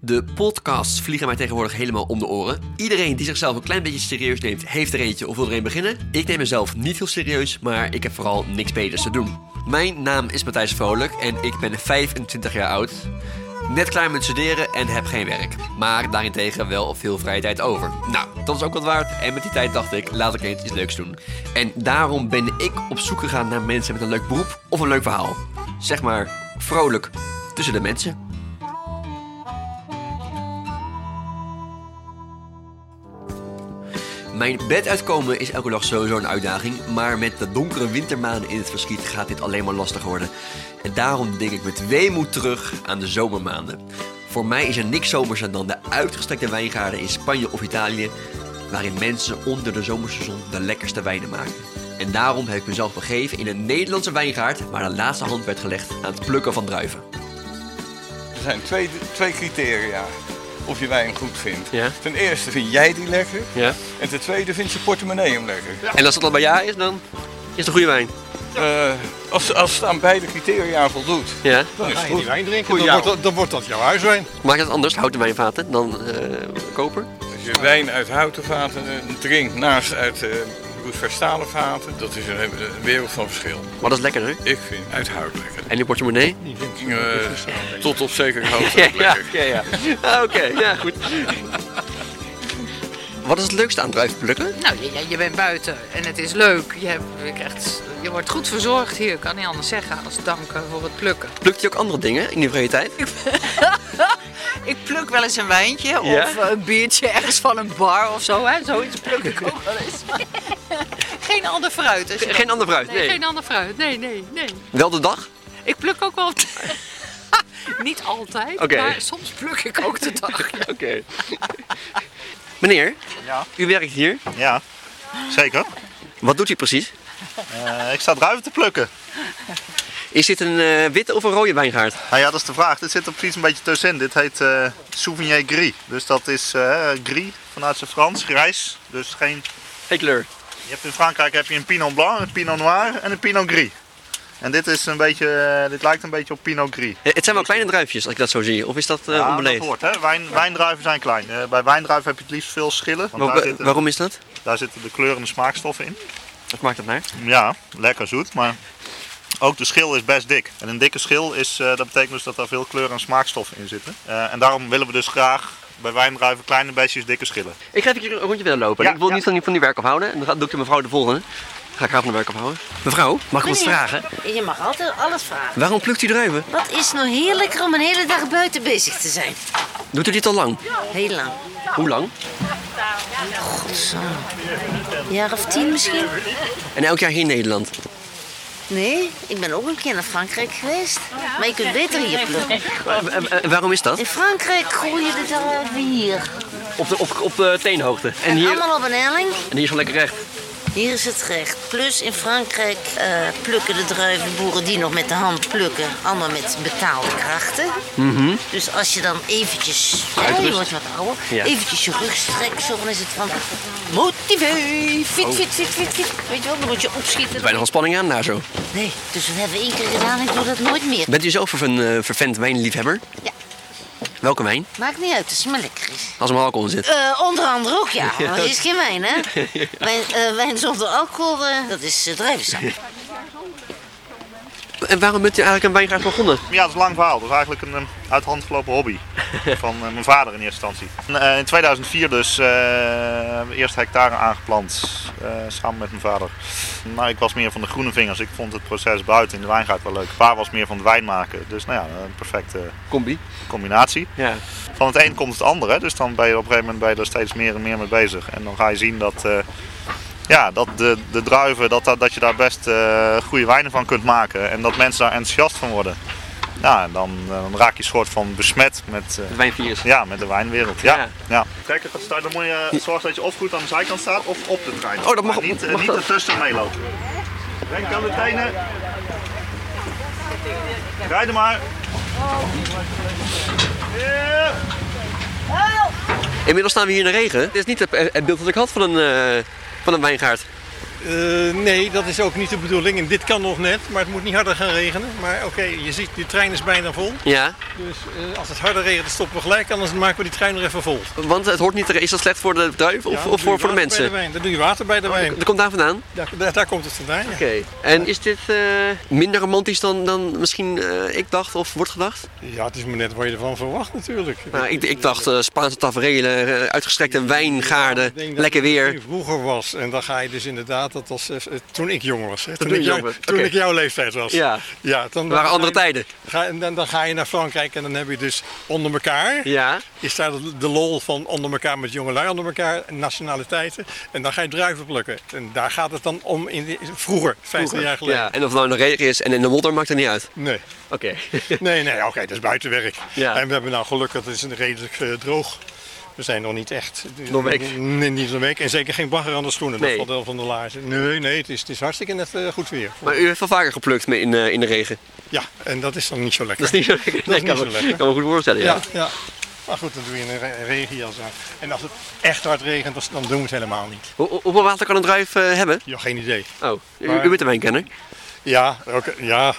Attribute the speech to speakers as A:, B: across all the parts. A: De podcasts vliegen mij tegenwoordig helemaal om de oren. Iedereen die zichzelf een klein beetje serieus neemt, heeft er eentje of wil er een beginnen. Ik neem mezelf niet heel serieus, maar ik heb vooral niks beters te doen. Mijn naam is Matthijs Vrolijk en ik ben 25 jaar oud. Net klaar met studeren en heb geen werk. Maar daarentegen wel veel vrije tijd over. Nou, dat is ook wat waard. En met die tijd dacht ik, laat ik eens iets leuks doen. En daarom ben ik op zoek gegaan naar mensen met een leuk beroep of een leuk verhaal. Zeg maar, vrolijk tussen de mensen. Mijn bed uitkomen is elke dag sowieso een uitdaging. Maar met de donkere wintermaanden in het verschiet gaat dit alleen maar lastiger worden. En daarom denk ik met weemoed terug aan de zomermaanden. Voor mij is er niks zomerser dan de uitgestrekte wijngaarden in Spanje of Italië. Waarin mensen onder de zomerseizoen de lekkerste wijnen maken. En daarom heb ik mezelf begeven in een Nederlandse wijngaard waar de laatste hand werd gelegd aan het plukken van druiven.
B: Er zijn twee, twee criteria of je wijn goed vindt.
A: Ja.
B: Ten eerste vind jij die lekker.
A: Ja.
B: En ten tweede vindt je portemonnee hem lekker.
A: En als dat dan bij ja is, dan is het een goede wijn.
B: Eh, als, als het aan beide criteria aan voldoet,
A: Ja.
B: dan is
C: Ga
B: het
C: je
B: goed.
C: Dus die wijn drinken,
B: Goeie
C: dan
B: jou.
C: wordt, dat, dan wordt dat jouw huiswijn.
A: Maakt het anders, houten wijnvaten, dan eh, koper?
B: Als je wijn uit houten vaten eh, drinkt naast uit eh roestverstalen vaten, dat is een, een wereld van verschil.
A: Maar dat is lekkerder.
B: Ik vind uit hout lekker.
A: En die portemonnee?
B: Eh, tot op zekere hoogte
A: Ja,
B: ook
A: ja,
B: lekker.
A: ja. ja. Ah, Oké, ja, goed. Wat is het leukste aan druivenplukken?
D: Nou, je, je- je bent buiten en het is leuk. Je, hebt, je, krijgt, je wordt goed verzorgd hier, ik kan niet anders zeggen, als danken voor het plukken.
A: Plukt je ook andere dingen in je vrije tijd?
D: Ik pluk wel eens een wijntje
A: Ja?
D: of eh, een biertje ergens van een bar of zo. Hè? Zoiets pluk ik ook wel eens. geen ander fruit. als je
A: Geen
D: dat-
A: ander fruit, nee.
D: nee, geen ander fruit. Nee, nee, nee.
A: Wel de dag?
D: Ik pluk ook wel... niet altijd,
A: Oké.
D: maar soms pluk ik ook de dag.
A: Oké. Meneer,
E: Ja.
A: u werkt hier.
E: Ja, zeker.
A: Wat doet u precies?
E: Eh, ik sta druiven te plukken.
A: Is dit een eh, witte of een rode wijngaard?
E: Nou ja, dat is de vraag. Dit zit er precies een beetje tussenin. Dit heet eh Souvenir Gris. Dus dat is eh, gris vanuit zijn Frans, grijs. Dus geen...
A: Geen kleur.
E: Je hebt in Frankrijk heb je een Pinot Blanc, een Pinot Noir en een Pinot Gris. En dit, is een beetje, eh, dit lijkt een beetje op Pinot Gris.
A: Eh, Het zijn wel kleine druifjes als ik dat zo zie. Of is dat eh
E: Ja, dat
A: onbeleefd?
E: hoort, hè. Wijn, wijndruiven zijn klein. Eh, bij wijndruiven heb je het liefst veel schillen. Want
A: Wa-
E: daar
A: wa-
E: zitten,
A: waarom is dat?
E: daar zitten de kleuren en de smaakstoffen in.
A: Wat maakt dat naar?
E: Ja, lekker zoet, maar ook de schil is best dik. En een dikke schil is, eh, dat betekent dus dat daar veel kleur en smaakstoffen in zitten. Eh, en daarom willen we dus graag bij wijndruiven kleine beestjes dikke schillen.
A: Ik ga even een rondje willen lopen.
E: Ja,
A: ik wil
E: ja.
A: niet van die, van die werk afhouden. En Dan ga- doe ik de mevrouw de volgende. Ga ik haar van de werk afhouden. Mevrouw, mag ik wat
F: Meneer,
A: vragen?
F: Je mag altijd alles vragen.
A: Waarom plukt u druiven?
F: Wat is nou heerlijker om een hele dag buiten bezig te zijn?
A: Doet u dit al lang?
F: Heel lang.
A: Hoe lang?
F: Een jaar of tien misschien?
A: En elk jaar hier in Nederland.
F: Nee, ik ben ook een keer naar Frankrijk geweest. Maar je kunt beter hier plukken.
A: Wa- wa- wa- waarom is dat?
F: In Frankrijk groeien dit al uit wie hier.
A: Op de, op, op de teenhoogte. En hier,
F: Allemaal op een helling.
A: en hier is gewoon lekker recht.
F: Hier is het recht. Plus in Frankrijk eh, plukken de druivenboeren die nog met de hand plukken, allemaal met betaalde krachten. Dus als je dan eventjes, ja, je wordt wat ouder,
A: Ja.
F: eventjes je rug strekt, zo dan is het van motivé, fit, fit, fit, fit, fit. Weet je wel, dan moet je opschieten.
A: Bijna van spanning aan daar zo.
F: Nee, dus dat hebben we één keer gedaan, ik doe dat nooit meer.
A: Bent u zelf een eh, vervent wijnliefhebber?
F: Ja.
A: Welke wijn?
F: Maakt niet uit, als het maar lekker is.
A: Als er maar alcohol in zit.
F: Eh, onder andere ook, ja. Maar het is geen wijn, hè? Wijn, eh, wijn zonder alcohol, eh, dat is eh, druivensap.
A: En waarom bent u eigenlijk een wijngaard begonnen?
E: Ja, dat is een lang verhaal. Dat is eigenlijk een eh, uit de hand gelopen hobby van eh, mijn vader in eerste instantie. En, eh, in 2004 dus eh, mijn eerste hectare aangeplant eh, samen met mijn vader. Nou, ik was meer van de groene vingers. Ik vond het proces buiten in de wijngaard wel leuk. Waar was meer van het wijn maken. Dus nou ja, een perfecte
A: Combi.
E: combinatie.
A: Ja.
E: van het een komt het ander. Hè? Dus dan ben je op een gegeven moment ben je er steeds meer en meer mee bezig. En dan ga je zien dat, eh, ja, dat de, de druiven, dat, dat, dat je daar best eh, goede wijnen van kunt maken. En dat mensen daar enthousiast van worden. Ja, en dan, eh, dan raak je soort van besmet met, eh,
A: Het wijnvirus.
E: ja, met de wijnwereld. Ja,
A: Ja.
E: ja. Trekker gaat starten, dan moet je zorgen eh, dat je of goed aan de zijkant staat of op de trein.
A: Oh, dat mag- Maar niet,
E: niet,
A: eh, mag niet dat?
E: ertussen meelopen. Denk aan de tenen. Rijden maar.
A: Inmiddels staan we hier in de regen. Dit is niet het, het beeld dat ik had van een, eh, van een wijngaard.
C: Eh, nee, dat is ook niet de bedoeling. En dit kan nog net, maar het moet niet harder gaan regenen. Maar oké, je ziet, die trein is bijna vol.
A: Ja,
C: Dus eh, als het harder regent, stoppen we gelijk. Anders maken we die trein er even vol.
A: want het hoort niet te Is dat slecht voor de druif of, of
C: Ja, dan doe
A: voor,
C: je
A: voor de
C: water bij
A: mensen? Oh,
C: wijn. Dan doe je water bij de wijn.
A: Dat komt daar vandaan?
C: Daar, daar, daar komt het vandaan, ja.
A: Oké. En is dit eh, minder romantisch dan, dan misschien eh, ik dacht of wordt gedacht?
C: Ja, het is maar net wat je ervan verwacht natuurlijk.
A: Nou, ik, ik dacht eh, Spaanse tafereelen, eh, uitgestrekte wijngaarden,
C: Ik denk dat
A: lekker
C: het
A: weer.
C: misschien vroeger was. En dan ga je dus inderdaad, dat was eh, toen ik jong was. Hè. Toen,
A: toen
C: ik,
A: je
C: jou-
A: jong was,
C: toen
A: oké.
C: ik jouw leeftijd was.
A: Ja.
C: ja dan,
A: Er waren andere
C: dan ga je-
A: tijden.
C: Ga, en dan, dan ga je naar Frankrijk en dan heb je dus onder elkaar.
A: Ja.
C: Is daar de, de lol van onder elkaar met jongelui onder elkaar, nationaliteiten. En dan ga je druiven plukken. En daar gaat het dan om in die- vroeger, 15 jaar geleden.
A: Ja. En of het nou in de regen is en in de modder, maakt het niet uit.
C: Nee,
A: Oké.
C: nee, nee oké, dat is buitenwerk.
A: Ja.
C: En we hebben nou geluk dat het is redelijk eh, droog. We zijn nog niet echt. eh,
A: Nog week.
C: Nee, niet nog week. En zeker geen bagger aan de schoenen.
A: Nee.
C: Dat valt wel van de laarzen. Nee, nee, het is, het is hartstikke net eh, goed weer.
A: maar u heeft wel vaker geplukt me- in, eh, in de regen.
C: Ja, en dat is dan niet zo lekker.
A: Dat is niet zo lekker. Nee,
C: niet
A: kan,
C: zo
A: me-
C: lekker.
A: kan me goed voorstellen, ja.
C: Ja, ja. Maar goed, dan doe je een re- regenjas aan. En als het echt hard regent, dan- dan doen we het helemaal niet.
A: Hoe- hoe- hoeveel water kan een druif eh, hebben?
C: Ja, geen idee.
A: Oh, u,
C: Maar-
A: u bent een wijnkenner.
C: Ja, oké, ja.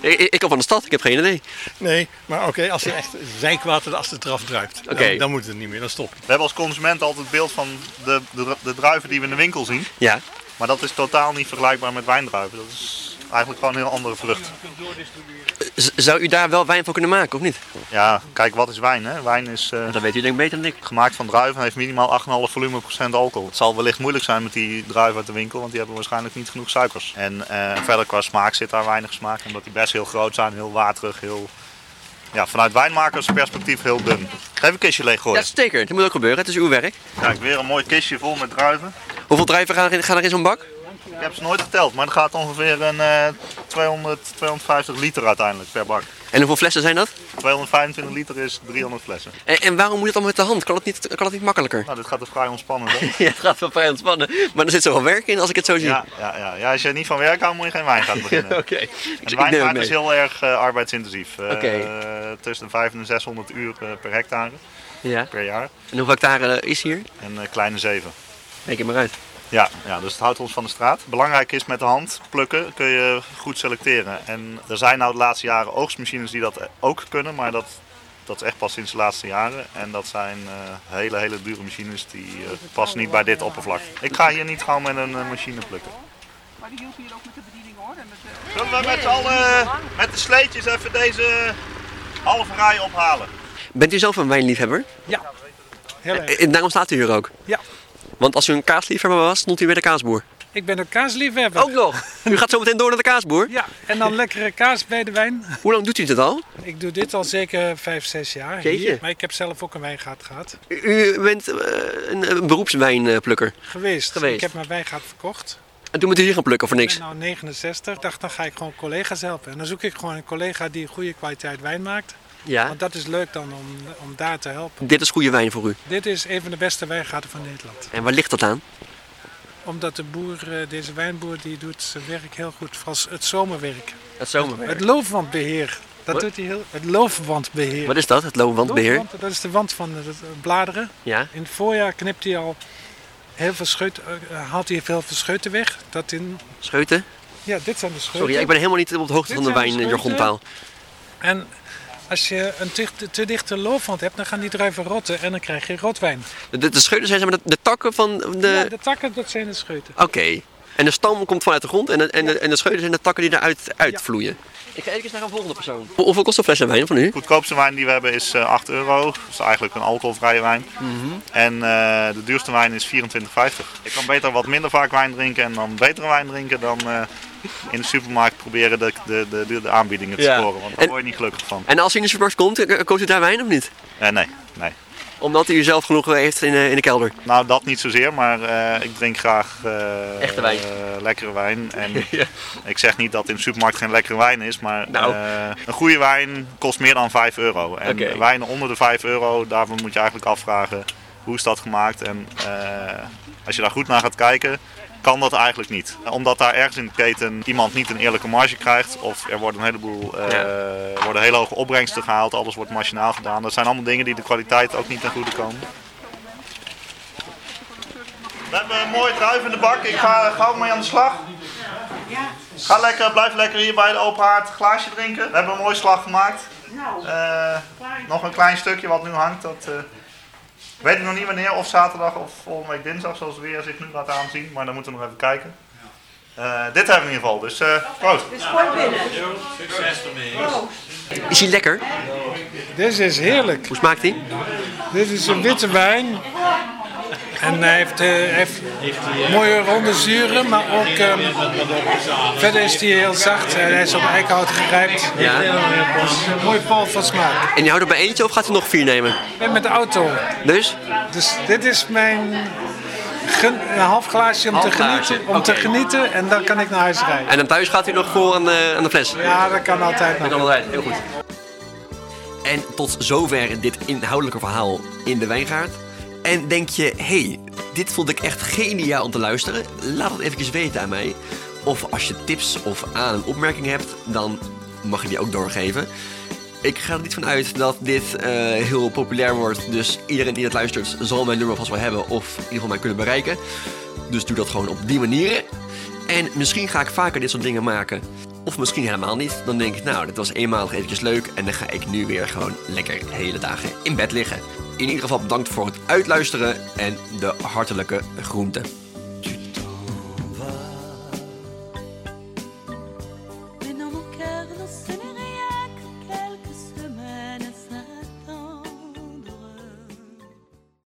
A: Ik, ik ik kom van de stad, ik heb geen idee.
C: nee, maar oké, als er echt zijkwater als het eraf druipt,
A: Oké.
C: dan, dan moet het niet meer, dan stopt het.
E: We hebben als consument altijd het beeld van de, de, de druiven die we in de winkel zien.
A: Ja.
E: Maar dat is totaal niet vergelijkbaar met wijndruiven. Dat is eigenlijk gewoon een heel andere vrucht.
A: Z- zou u daar wel wijn van kunnen maken, of niet?
E: Ja, kijk, wat is wijn? Hè? Wijn is eh,
A: Dat weet u denk ik beter dan ik.
E: gemaakt van druiven en heeft minimaal 8,5 volumeprocent alcohol. Het zal wellicht moeilijk zijn met die druiven uit de winkel, want die hebben waarschijnlijk niet genoeg suikers. En eh, verder qua smaak zit daar weinig smaak, omdat die best heel groot zijn, heel waterig, heel... Ja, vanuit wijnmakersperspectief heel dun. Geef een kistje
A: Ja,
E: leeggooien.
A: zeker. Dat moet ook gebeuren. Het is uw werk.
E: Kijk, weer een mooi kistje vol met druiven.
A: Hoeveel druiven gaan er in, gaan er in zo'n bak?
E: Ik heb ze nooit geteld, maar het gaat ongeveer een eh 200, 250 liter uiteindelijk per bak.
A: En hoeveel flessen zijn dat?
E: 225 liter is 300 flessen.
A: En, en waarom moet het dan met de hand? Kan het niet, kan het niet makkelijker?
E: Nou, dit gaat er vrij ontspannend hè?
A: Ja, het gaat wel vrij ontspannen. Maar er zit zoveel werk in als ik het zo zie.
E: Ja, ja, ja. ja, als je er niet van werk houdt, moet je geen wijn gaan beginnen.
A: Oké. Dus
E: En
A: ik neem het
E: wijngaard
A: mee.
E: is heel erg eh, arbeidsintensief. Eh,
A: Oké.
E: tussen de 500 en 600 uur eh, per hectare
A: Ja.
E: per jaar.
A: En hoeveel hectare is hier?
E: En eh, kleine zeven.
A: Kijk het maar uit.
E: Ja, ja, dus het houdt ons van de straat. Belangrijk is met de hand plukken kun je goed selecteren. En er zijn nou de laatste jaren oogstmachines die dat ook kunnen, maar dat, dat is echt pas sinds de laatste jaren. En dat zijn eh, hele, hele dure machines die eh, passen niet bij dit oppervlak. Ik ga hier niet gewoon met een eh, machine plukken. Zullen we met z'n allen eh, met de sleetjes even deze halve rij ophalen?
A: Bent u zelf een wijnliefhebber?
C: Ja, heel erg.
A: En daarom staat u hier ook.
C: Ja.
A: Want als u een kaasliefhebber was, stond u bij de kaasboer.
G: Ik ben een kaasliefhebber.
A: Ook nog. U gaat zo meteen door naar de kaasboer.
G: Ja, en dan lekkere kaas bij de wijn.
A: Hoe lang doet u dit al?
G: Ik doe dit al zeker 5, 6 jaar.
A: Jeetje.
G: Hier. Maar ik heb zelf ook een wijngaard gehad.
A: U, u bent eh, een, een beroepswijnplukker.
G: Geweest.
A: Geweest.
G: Ik heb mijn wijngaard verkocht.
A: En toen moet u hier gaan plukken voor
G: Ik
A: niks.
G: ben nou 69. Ik dacht, dan ga ik gewoon collega's helpen. En dan zoek ik gewoon een collega die goede kwaliteit wijn maakt.
A: Ja.
G: Want dat is leuk dan om, om daar te helpen.
A: Dit is goede wijn voor u.
G: Dit is een van de beste wijngaarden van Nederland.
A: En waar ligt dat aan?
G: Omdat de boer, eh, deze wijnboer, die doet zijn werk heel goed. Vooral het zomerwerk.
A: Het
G: Het loofwandbeheer. Dat
A: Wat?
G: doet hij heel... Het loofwandbeheer.
A: Wat is dat? Het loopwandbeheer?
G: Loofwand, Dat is de wand van de de bladeren.
A: Ja.
G: In het voorjaar knipt hij al heel veel scheuten, eh, haalt hij veel verscheuten weg. Dat in,
A: Scheuten?
G: ja, dit zijn de scheuten.
A: Sorry, ik ben helemaal niet op de hoogte
G: Dit
A: van de
G: zijn de
A: wijnjargontaal.
G: En als je een te, te dichte loofwand hebt, dan gaan die druiven rotten en dan krijg je rotwijn.
A: De, de scheuten zijn zeg maar de, de takken van de...
G: Ja, de takken, dat zijn de scheuten.
A: Oké. En de stam komt vanuit de grond en de, en de, en de scheuten zijn de takken die eruit uitvloeien. Ik ga even naar een volgende persoon. Hoe- Hoeveel kost een flesje wijn van u?
E: De goedkoopste wijn die we hebben is eh, 8 euro. Dat is eigenlijk een alcoholvrije wijn.
A: Mhm.
E: En eh, de duurste wijn is 24,50. Ik kan beter wat minder vaak wijn drinken en dan betere wijn drinken dan eh, in de supermarkt proberen de, de, de, de, de aanbiedingen te
A: Ja.
E: scoren. Want daar
A: En-
E: word je niet gelukkig van.
A: En als u in de supermarkt komt, eh, koopt u daar wijn of niet?
E: Eh, nee, nee.
A: Omdat u zelf genoeg heeft in, eh, in de kelder.
E: Nou, dat niet zozeer, maar eh, ik drink graag eh,
A: Echte wijn.
E: eh, lekkere wijn. En
A: Ja.
E: ik zeg niet dat in de supermarkt geen lekkere wijn is, maar
A: Nou.
E: eh, een goede wijn kost meer dan 5 euro. En
A: Oké.
E: wijnen onder de 5 euro, daarvan moet je eigenlijk afvragen hoe is dat gemaakt. En eh, als je daar goed naar gaat kijken, kan dat eigenlijk niet. Omdat daar ergens in de keten iemand niet een eerlijke marge krijgt, of er wordt een heleboel, eh,
A: Ja.
E: er worden hele hoge opbrengsten gehaald, alles wordt machinaal gedaan. Dat zijn allemaal dingen die de kwaliteit ook niet ten goede komen. We hebben een mooie druif in de bak. Ik ga gauw mee aan de slag. Ga lekker, blijf lekker hier bij de open haard een glaasje drinken. We hebben een mooie slag gemaakt. Eh, nog een klein stukje wat nu hangt. Dat eh, weet ik nog niet wanneer. Of zaterdag of volgende week dinsdag, zoals het weer zich nu laat aanzien. Maar dan moeten we nog even kijken. Eh, dit hebben we in ieder geval. Dus eh proost.
A: Is die lekker?
G: Dit is heerlijk.
A: Hoe smaakt die?
G: Dit is een witte wijn. En hij heeft, eh, heeft mooie ronde zuren, maar ook ehm, verder is hij heel zacht en hij is op eikenhout gerijpt.
A: Ja.
G: Mooi pal van smaak.
A: En je houdt er bij eentje of gaat u nog vier nemen?
G: Ik ben met de auto,
A: Dus?
G: dus dit is mijn gen- een half glaasje om,
A: Half
G: te,
A: glaasje,
G: genieten, om te
A: oké.
G: genieten en dan kan ik naar huis rijden.
A: En dan thuis gaat u nog voor aan de, aan de fles?
G: Ja, dat kan altijd nog.
A: Kan altijd, heel goed. En tot zover dit inhoudelijke verhaal in de wijngaard. En denk je, hey, dit vond ik echt geniaal om te luisteren? Laat het eventjes weten aan mij. Of als je tips of aan- en opmerkingen hebt, dan mag je die ook doorgeven. Ik ga er niet van uit dat dit eh, heel populair wordt. Dus iedereen die het luistert zal mijn nummer vast wel hebben of in ieder geval mij kunnen bereiken. Dus doe dat gewoon op die manieren. En misschien ga ik vaker dit soort dingen maken. Of misschien helemaal niet. Dan denk ik, nou, dit was eenmalig eventjes leuk. En dan ga ik nu weer gewoon lekker hele dagen in bed liggen. In ieder geval bedankt voor het uitluisteren en de hartelijke groenten.